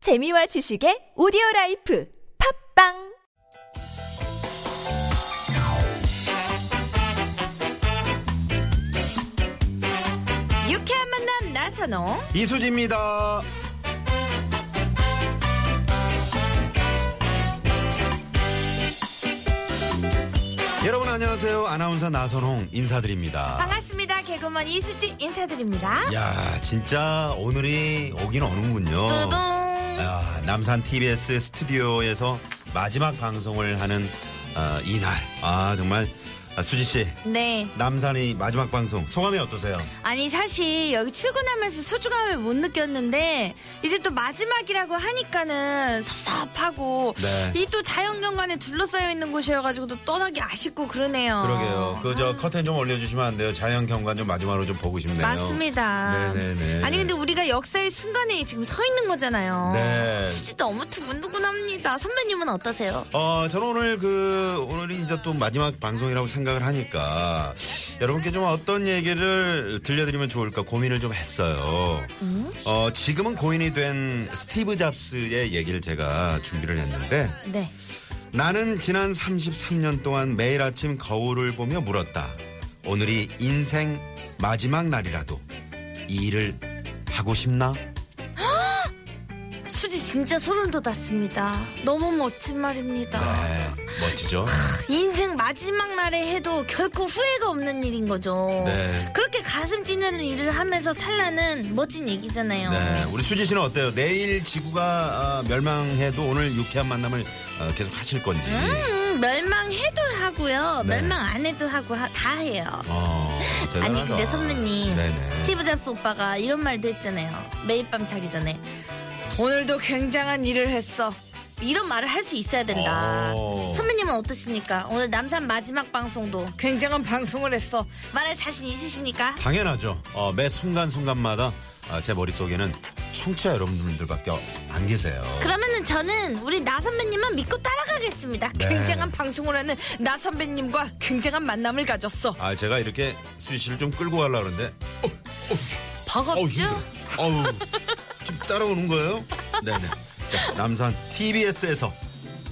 재미와 지식의 오디오 라이프 팝빵 유쾌한 만남 나선홍 이수지입니다. 여러분 안녕하세요. 아나운서 나선홍 인사드립니다. 반갑습니다 개그먼 이수지 인사드립니다 야 진짜 오늘이 오긴 오는군요. 두둥 야, 남산 TBS 스튜디오에서 마지막 방송을 하는 어, 이날. 아 정말 아, 수지 씨 네 남산이 마지막 방송 소감이 어떠세요? 아니 사실 여기 출근하면서 소중함을 못 느꼈는데 이제 또 마지막이라고 하니까는 섭섭하고 네. 이 또 자연경관에 둘러싸여 있는 곳이어가지고 또 떠나기 아쉽고 그러네요 아. 그러게요. 그 저 커튼 좀 올려주시면 안 돼요. 자연 경관 좀 마지막으로 좀 보고 싶네요. 맞습니다. 네네네. 아니 근데 우리가 역사의 순간에 지금 서 있는 거잖아요. 네. 진짜 너무 두근두근합니다. 선배님은 어떠세요? 어, 저는 오늘 그, 오늘이 이제 또 마지막 방송이라고 생각을 하니까 여러분께 좀 어떤 얘기를 들려드리면 좋을까 고민을 좀 했어요. 음? 어, 지금은 고인이 된 스티브 잡스의 얘기를 제가 준비를 했는데 네. 나는 지난 33년 동안 매일 아침 거울을 보며 물었다. 오늘이 인생 마지막 날이라도 이 일을 하고 싶나? 수지 진짜 소름 돋았습니다. 너무 멋진 말입니다. 네, 멋지죠? 인생 마지막 날에 해도 결코 후회가 없는 일인 거죠. 네. 그렇게 가슴 뛰는 일을 하면서 살라는 멋진 얘기잖아요. 네, 우리 수지 씨는 어때요? 내일 지구가 아, 멸망해도 오늘 유쾌한 만남을 어, 계속 하실 건지. 음, 멸망해도 하고요. 네. 멸망 안 해도 하고 하- 다 해요. 어, 대단하다. 아니 근데 선배님 네네. 스티브 잡스 오빠가 이런 말도 했잖아요. 매일 밤 자기 전에 오늘도 굉장한 일을 했어. 이런 말을 할 수 있어야 된다. 오. 선배님은 어떠십니까? 오늘 남산 마지막 방송도 굉장한 방송을 했어. 말할 자신 있으십니까? 당연하죠. 어, 매 순간 순간마다 아, 제 머릿속에는 청취자 여러분들밖에 안 계세요. 그러면은 저는 우리 나 선배님만 믿고 따라가겠습니다. 네. 굉장한 방송을 하는 나 선배님과 굉장한 만남을 가졌어. 아, 제가 이렇게 수지 씨를 좀 끌고 가려고 그러는데 어우, 버겁죠? 힘들어. 어우, 지금 따라오는 거예요? 네네. 자, 남산 TBS에서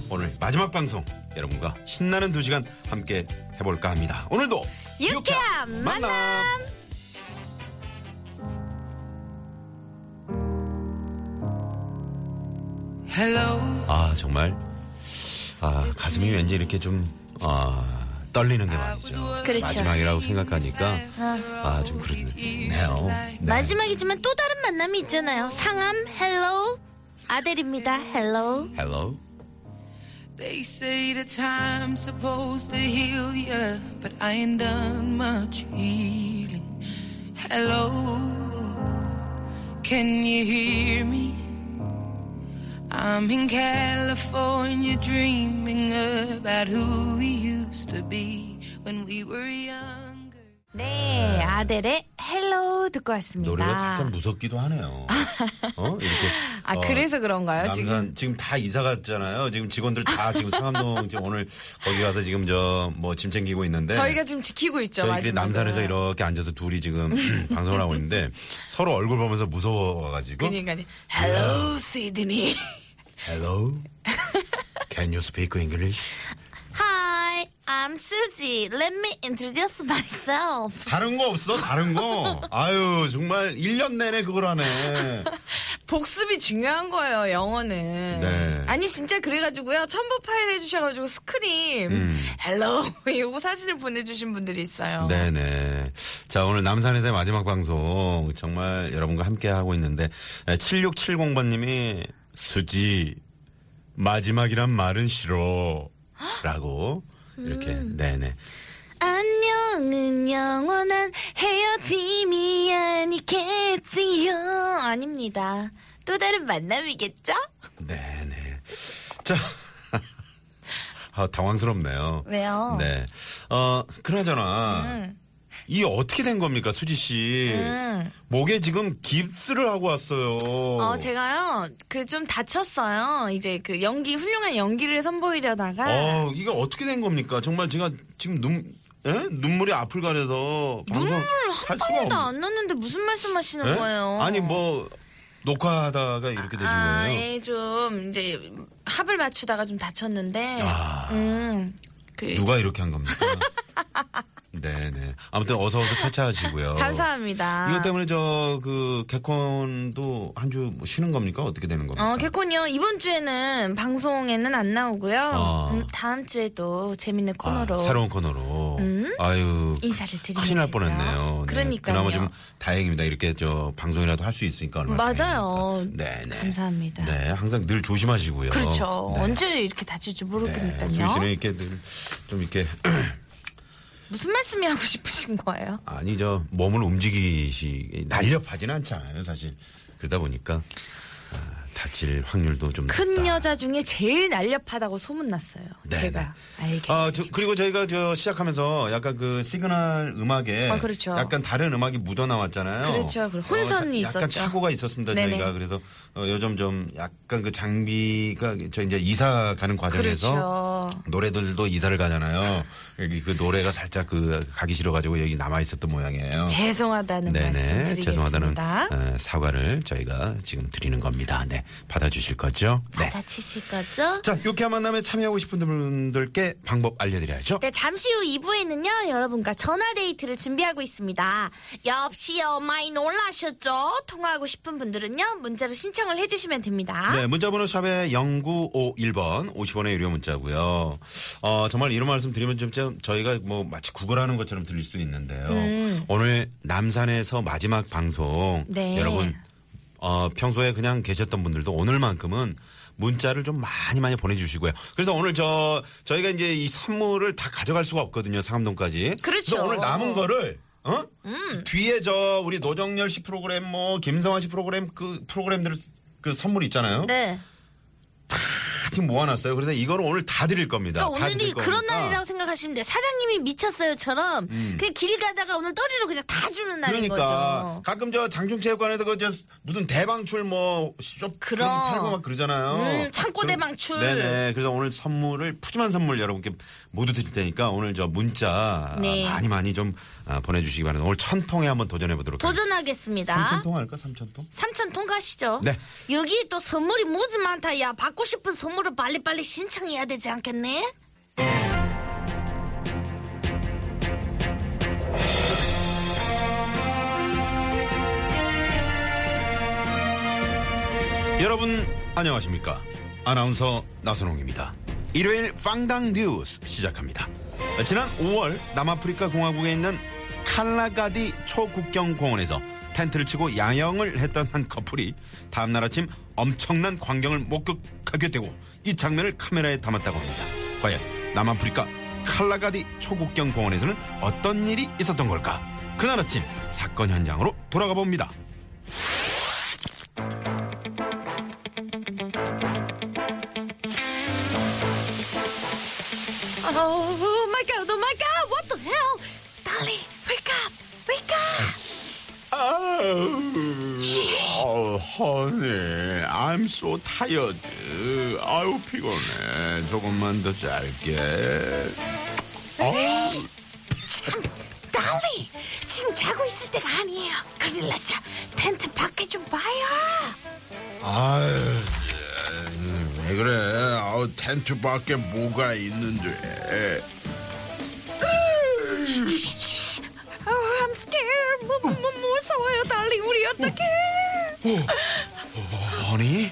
오늘 마지막 방송 여러분과 신나는 두 시간 함께 해볼까 합니다. 오늘도 유쾌한 만남. 아, 정말. 아, 가슴이 왠지 이렇게 좀, 아, 떨리는 게 말이죠. 그렇죠. 마지막이라고 생각하니까, 아, 좀 그렇네요. 네. 마지막이지만 또 다른 만남이 있잖아요. 상암 헬로 아델입니다. 헬로. Hello? They say the time's supposed to heal ya, but I ain't done much healing. Hello, can you hear me? I'm in California dreaming about who we used to be when we were younger. 네, 아델의 헬로 듣고 왔습니다. 노래가 살짝 무섭기도 하네요. 어? 이렇게. 아, 어, 그래서 그런가요? 지금 남산 지금 다 이사 갔잖아요. 지금 직원들 다 지금 상암동 지금 오늘 거기 가서 지금 저 뭐 짐 챙기고 있는데 저희가 지금 지키고 있죠. 저희끼리 마지막을. 남산에서 이렇게 앉아서 둘이 지금 방송을 하고 있는데 서로 얼굴 보면서 무서워가지고 그러니까 헬로 시드니. Hello, can you speak English? Hi, I'm Suzy. Let me introduce myself. 다른 거 없어? 다른 거? 아유 정말 1년 내내 그걸 하네. 복습이 중요한 거예요, 영어는. 네. 아니, 진짜 그래가지고요. 첨부 파일 해주셔가지고 스크림, 헬로, 요거 사진을 보내주신 분들이 있어요. 음. 네네. 자, 오늘 남산에서의 마지막 방송 정말 여러분과 함께 하고 있는데 7670번님이 수지 마지막이란 말은 싫어 라고 이렇게 음. 네네. 안녕은 영원한 헤어짐이 아니겠지요. 아닙니다. 또 다른 만남이겠죠? 네네. 자. 아, 당황스럽네요. 왜요? 네. 어, 그나저나. 네. 이 어떻게 된 겁니까, 수지 씨? 목에 지금 깁스를 하고 왔어요. 음. 어, 제가요, 그 좀 다쳤어요. 이제 그 연기, 훌륭한 연기를 아. 선보이려다가. 어, 이거 어떻게 된 겁니까? 정말 제가 지금 눈, 에? 눈물이 앞을 가려서 방송 음, 눈물 할 음, 한 수가 방울도 없. 안 났는데 무슨 말씀 하시는 예? 거예요? 아니 뭐 녹화하다가 이렇게 되신 아, 거예요? 예, 좀 이제 합을 맞추다가 좀 다쳤는데. 아. 음. 그 누가 이렇게 한 겁니까? 네네. 아무튼 어서 어서 쾌차하시고요. 감사합니다. 이것 때문에 저 그 개콘도 한 주뭐 쉬는 겁니까? 어떻게 되는 겁니까? 어, 개콘이요. 이번 주에는 방송에는 안 나오고요. 아. 음, 다음 주에 또 재밌는 아, 어, 코너로 음? 새로운 코너로. 아유. 인사를 드리면 큰일 날 되죠. 뻔했네요. 네, 그러니까요. 그나마 좀 다행입니다. 이렇게 저 방송이라도 할 수 있으니까 얼마나 맞아요. 다행입니까? 네네. 감사합니다. 네, 항상 늘 조심하시고요. 그렇죠. 네. 언제 이렇게 다칠지 네, 모르니까요. 소희 씨는 이렇게 늘 좀 이렇게 무슨 말씀이 하고 싶으신 거예요? 아니 저 몸을 움직이시 날렵하진 않잖아요 사실 그러다 보니까 아, 다칠 확률도 좀 큰 낮다. 여자 중에 제일 날렵하다고 소문났어요. 네, 제가. 네. 알겠습니다. 아, 저, 그리고 저희가 저 시작하면서 약간 그 시그널 음악에 아, 그렇죠. 약간 다른 음악이 묻어 나왔잖아요. 어, 그렇죠. 그리고 혼선이 자- 약간 있었죠. 착오가 있었습니다. 네네. 저희가 그래서 어, 요즘 좀 약간 그 장비가 저 이제 이사 가는 과정에서 그렇죠. 노래들도 이사를 가잖아요. 여기 그 노래가 살짝 그 가기 싫어가지고 여기 남아 있었던 모양이에요. 죄송하다는 말씀 어. 네네 드리겠습니다. 죄송하다는 어, 사과를 저희가 지금 드리는 겁니다. 네 받아주실 거죠? 네. 다치실 거죠? 자 유쾌한 만남에 참여하고 싶은 분들께 방법 알려드려야죠. 네, 잠시 후 2부에는요, 여러분과 전화데이트를 준비하고 있습니다. 역시요, 많이 놀라셨죠? 통화하고 싶은 분들은요, 문자로 신청을 해주시면 됩니다. 네, 문자번호 샵에 0951번 50원의 유료 문자고요. 어, 정말 이런 말씀 드리면 좀, 좀 저희가 뭐 마치 구걸하는 것처럼 들릴 수도 있는데요. 오늘 남산에서 마지막 방송 음. 네. 여러분 어, 평소에 그냥 계셨던 분들도 오늘만큼은 문자를 좀 많이 많이 보내주시고요. 그래서 오늘 저 저희가 이제 이 선물을 다 가져갈 수가 없거든요. 상암동까지. 그렇죠. 래서 오늘 남은 거를 어? 음. 뒤에 저 우리 노정열 씨 프로그램 뭐 김성환 씨 프로그램 그 프로그램들 그 선물 있잖아요. 네. 다 지금 모아놨어요. 그래서 이걸 오늘 다 드릴 겁니다. 그러니까 다 드릴 오늘이 그런 거니까. 음. 날이라고 생각하시면 돼요. 사장님이 미쳤어요처럼, 그냥 길 가다가 오늘 떠리로 그냥 다 주는 날인 그러니까 거죠. 가끔 저 장충체육관에서 그저 무슨 대방출 뭐쇼 그럼. 팔고 막 그러잖아요. 음, 창고 그럼- 대방출. 네네. 그래서 오늘 선물을 푸짐한 선물 여러분께 모두 드릴 테니까 오늘 저 문자 네. 아, 많이 많이 좀 아, 보내주시기 바랍니다. 오늘 천 통에 한번 도전해 보도록 도전하겠습니다. 삼천 통 할까? 삼천 통? 삼천 통 가시죠. 네. 여기 또 선물이 무지 많다. 야, 받고 싶은 선물을 빨리빨리 신청해야 되지 않겠네? 여러분 안녕하십니까 아나운서 나선홍입니다 일요일 빵당 뉴스 시작합니다 지난 5월 남아프리카 공화국에 있는 칼라가디 초국경 공원에서 텐트를 치고 야영을 했던 한 커플이 다음날 아침 엄청난 광경을 목격하게 되고 이 장면을 카메라에 담았다고 합니다 과연 남아프리카 칼라가디 초국경 공원에서는 어떤 일이 있었던 걸까 그날 아침 사건 현장으로 돌아가 봅니다 Oh my god, oh my god, what the hell? Dolly, wake up, wake up. Oh, honey, I'm so tired. 아유, 피곤해. 조금만 더 잘게. Dolly, 지금 자고 있을 때가 아니에요. 큰일 났어. 텐트 밖에 좀 봐요. 아유, 왜 그래? 아우, 텐트 밖에 뭐가 있는데. Oh, I'm scared. 무, 무, 무, 무서워요, Dolly. 우리 어떡해? 허니?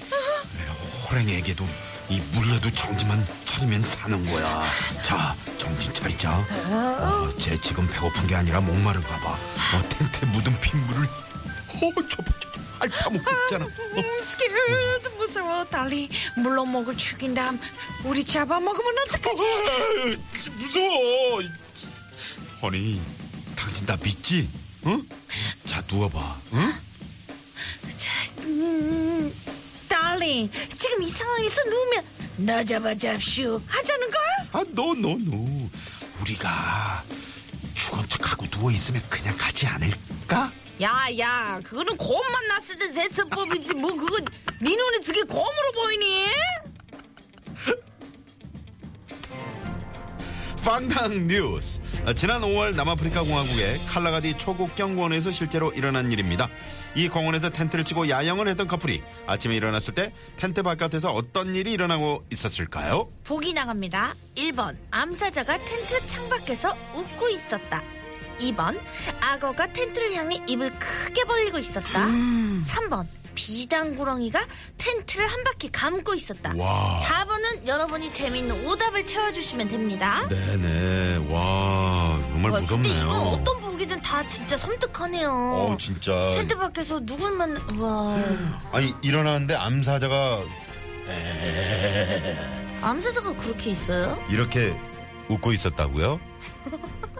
호랑이에게도 이 물려도 정신만 차리면 사는 거야. 자, 정신 차리자. 어, 쟤 지금 배고픈 게 아니라 목마른가 봐. 어, 텐트에 묻은 핏물을 어, 저저저 핥아먹고 있잖아. 어, I'm scared. 무서워, 달리. 물로 목을 죽인 다음 우리 잡아먹으면 어떡하지? 에이, 무서워. 허니, 당신 나 믿지? 응? 자, 누워봐. 응? 음, 달리. 지금 이 상황에서 누우면 나 잡아 잡슈 하자는 걸? 아, 노, 노, 노. 우리가 죽은 척하고 누워있으면 그냥 가지 않을까? 야, 야, 그거는 곰 만났을 때 대처법이지. 뭐, 그거, 네 눈에 그게 곰으로 보이니? 빵 한강 뉴스. 어, 지난 5월 남아프리카 공화국의 칼라가디 초국경 공원에서 실제로 일어난 일입니다. 이 공원에서 텐트를 치고 야영을 했던 커플이 아침에 일어났을 때 텐트 바깥에서 어떤 일이 일어나고 있었을까요? 보기 나갑니다. 1번 암사자가 텐트 창밖에서 웃고 있었다. 2번 악어가 텐트를 향해 입을 크게 벌리고 있었다. 음. 3번 비단구렁이가 텐트를 한 바퀴 감고 있었다. 와. 4번은 여러분이 재미있는 오답을 채워주시면 됩니다. 네네. 와, 정말 와, 근데 무섭네요. 이건 어떤 보기든 다 진짜 섬뜩하네요. 어, 진짜. 텐트 밖에서 누굴 만나, 와. 아니, 일어났는데 암사자가 암사자가 그렇게 있어요? 이렇게 웃고 있었다고요?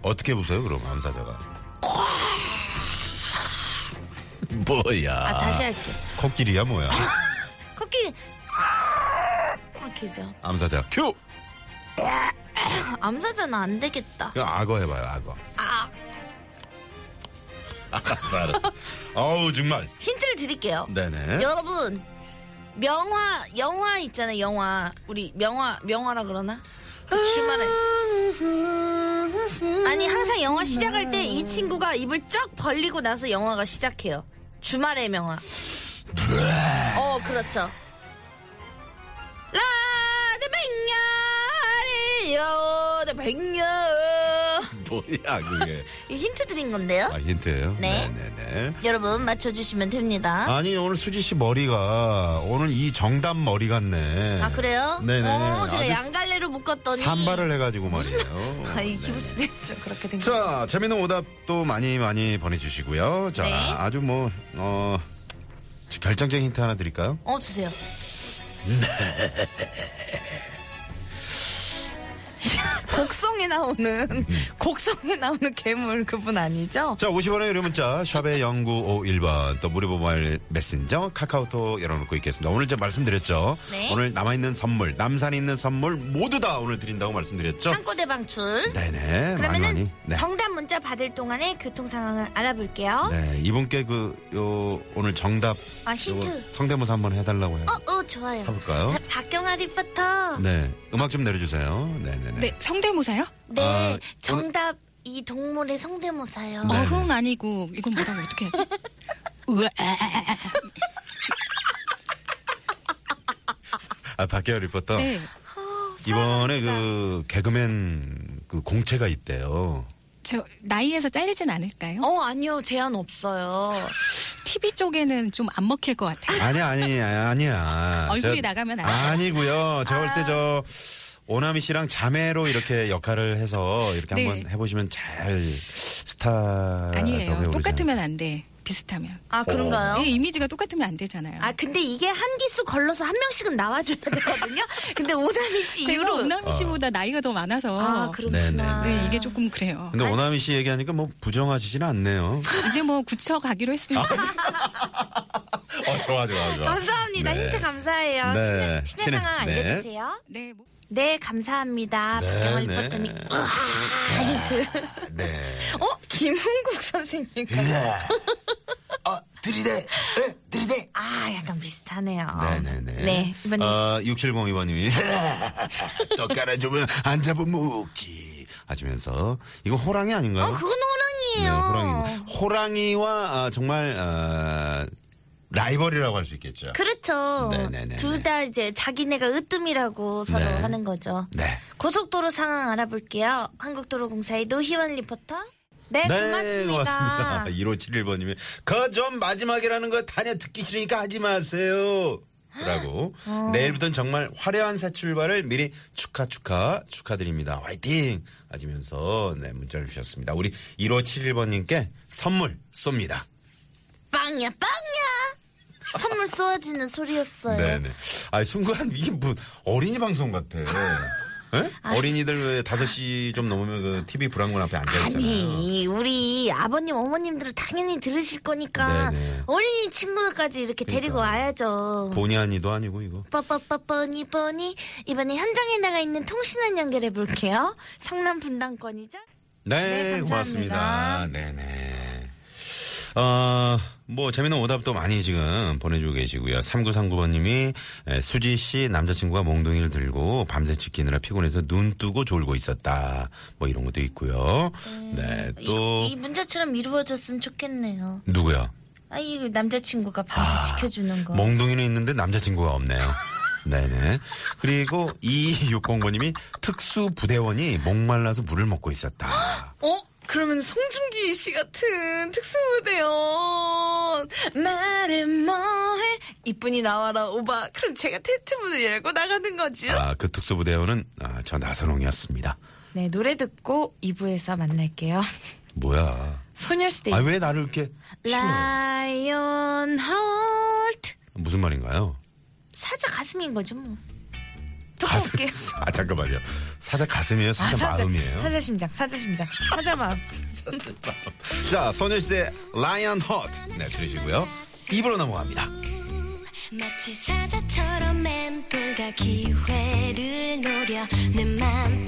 어떻게 웃어요, 그럼 암사자가? 뭐야? 아, 다시 아. 할게. 코끼리야 뭐야? 코끼리. 이렇게죠. 암사자 큐. 아, 암사자는 안 되겠다. 이거 악어 해봐요 악어. 아, 아, 알았어 알았어. 아우 정말. 힌트를 드릴게요. 네네. 여러분, 명화, 영화 있잖아요, 영화. 우리 명화, 명화라 그러나? 주말에. 아니, 항상 영화 시작할 때 이 친구가 입을 쩍 벌리고 나서 영화가 시작해요. 주말의 명화. 네. 어, 그렇죠. 라드 백년이요, 네 백년. 뭐야 그게. 이 힌트 드린 건데요. 아 힌트예요. 네. 네네네. 여러분, 맞춰주시면 됩니다. 아니 오늘 수지 씨 머리가 오늘 이 정답 머리 같네. 아 그래요? 네네네. 어, 제가 아주 양갈래로 묶었더니 산발을 해가지고 말이에요. 아, 이 기부스 냅죠 그렇게 된 거. 자, 재미있는 오답도 많이 많이 보내주시고요. 자, 네. 아주 뭐, 어, 결정적인 힌트 하나 드릴까요? 어 주세요. 곡성에 음. 나오는 곡성에 나오는 괴물 그분 아니죠? 자, 50원의 유료 문자, 샵의 0951번, 또 무료 모바일 메신저, 카카오톡 열어놓고 있겠습니다. 오늘 제가 말씀드렸죠. 네. 오늘 남아있는 선물, 남산에 있는 선물 모두 다 오늘 드린다고 말씀드렸죠. 창고대 방출. 네네. 많이 많이. 그러면은 네. 정답 문자 받을 동안에 교통 상황을 알아볼게요. 네, 이분께 그, 요, 오늘 정답. 아, 힌트. 요거 성대모사 한번 해달라고 해요. 어, 어 좋아요. 해볼까요? 박- 박경아 리포터. 네, 네. 음악 좀 내려주세요. 네네네. 네, 성대모사요? 아, 정답 이 동물의 성대모사요. 네. 어흥 아니고 이건 뭐라고 어떻게 하지? 우와. 아, 박혜아 리포터. 네. 이번에 그 개그맨 그 공채가 있대요. 저 나이에서 잘리진 않을까요? 어 아니요 제한 없어요. TV 쪽에는 좀 안 먹힐 것 같아요. 아니 아니 아니야. 얼굴이 나가면 안 돼요? 아니고요. 제가 볼 때 저 오나미 씨랑 자매로 이렇게 역할을 해서 이렇게 네. 한번 해보시면 잘 스타 아니에요. 똑같으면 안 돼. 비슷하면. 아 그런가요? 어, 네, 이미지가 똑같으면 안 되잖아요. 아 근데 이게 한 기수 걸러서 한 명씩은 나와줘야 되거든요. 근데 오다미 씨 제가 그 어. 이후로 오남 씨보다 나이가 더 많아서. 아 그렇구나. 네, 이게 조금 그래요. 근데 오나미 씨 얘기하니까 뭐 부정하시진 않네요. 이제 뭐 굳혀 가기로 했으니까. 어 좋아 좋아 좋아. 감사합니다. 힌트 감사해요. 네. 신의, 신의 신의, 상황 네. 알려주세요. 네, 뭐. 네, 감사합니다. 네, 박경아 네. 리포터님. 으아, 네. 어 김흥국 선생님. 아, 들이대! 에, 들이대! 아, 약간 비슷하네요. 네네네. 네, 이번에 어, 6702번님이 더 깔아주면 안 잡아먹지. 하시면서 이거 호랑이 아닌가요? 어, 그건 네, 호랑이에요. 호랑이. 호랑이와 아, 정말 아, 라이벌이라고 할 수 있겠죠. 그렇죠. 네, 네, 네, 둘 네. 다 이제 자기네가 으뜸이라고 서로 네. 하는 거죠. 네. 고속도로 상황 알아볼게요. 한국도로공사의 노희원 리포터. 네, 고맙습니다. 1571번님이 그 좀 마지막이라는 거 다녀 듣기 싫으니까 하지 마세요. 라고 어. 내일부터는 정말 화려한 새 출발을 미리 축하 축하 축하드립니다. 화이팅 하시면서 네 문자를 주셨습니다. 우리 1571번님께 선물 쏩니다. 빵야, 빵야! 선물 쏘아지는 소리였어요. 네네. 아 순간 이게 뭐 어린이 방송 같아. 예? 어린이들 왜 5시 좀 넘으면 그 TV 불안군 앞에 앉아있잖아요. 아니 우리 아버님 어머님들은 당연히 들으실 거니까 네네. 어린이 친구들까지 이렇게 그러니까. 데리고 와야죠. 본의 아니도 아니고 이거. 뻔뻔뻔뻔이 뻔이 이번에 현장에 나가 있는 통신원 연결해 볼게요. 성남 분당권이죠? 네, 네, 고맙습니다. 감사합니다. 네네. 어, 뭐 재미있는 오답도 많이 지금 보내주고 계시고요. 3939번님이 수지 씨 남자친구가 몽둥이를 들고 밤새 지키느라 피곤해서 눈 뜨고 졸고 있었다. 뭐 이런 것도 있고요. 네, 또 음, 이, 이 문제처럼 이루어졌으면 좋겠네요. 누구야? 아, 이 남자친구가 밤새 지켜주는 어. 거. 몽둥이는 있는데 남자친구가 없네요. 네네. 그리고 2609번님이 특수 부대원이 목말라서 물을 먹고 있었다. 어? 그러면 송중기 씨 같은 특수무대원 말해 뭐해 이쁜이 나와라 오바 그럼 제가 텐트 문을 열고 나가는 거죠 아, 그 특수 부대원은 아, 저 나선홍이었습니다. 네 노래 듣고 2부에서 만날게요 뭐야? 소녀시대 아, 왜 나를 이렇게 씌워요? 라이언 헐트. 무슨 말인가요? 사자 가슴인 거죠, 뭐. 듣고 가슴. 올게요 아 잠깐만요. 사자 가슴이에요. 사자 마음이에요. 사자 심장 사자 심장 사자 마음 자 소녀시대 라이언 헛. 네 들으시고요. 입으로 넘어갑니다. 마치 사자처럼 맴돌다 기회를 노려 내 맘 아,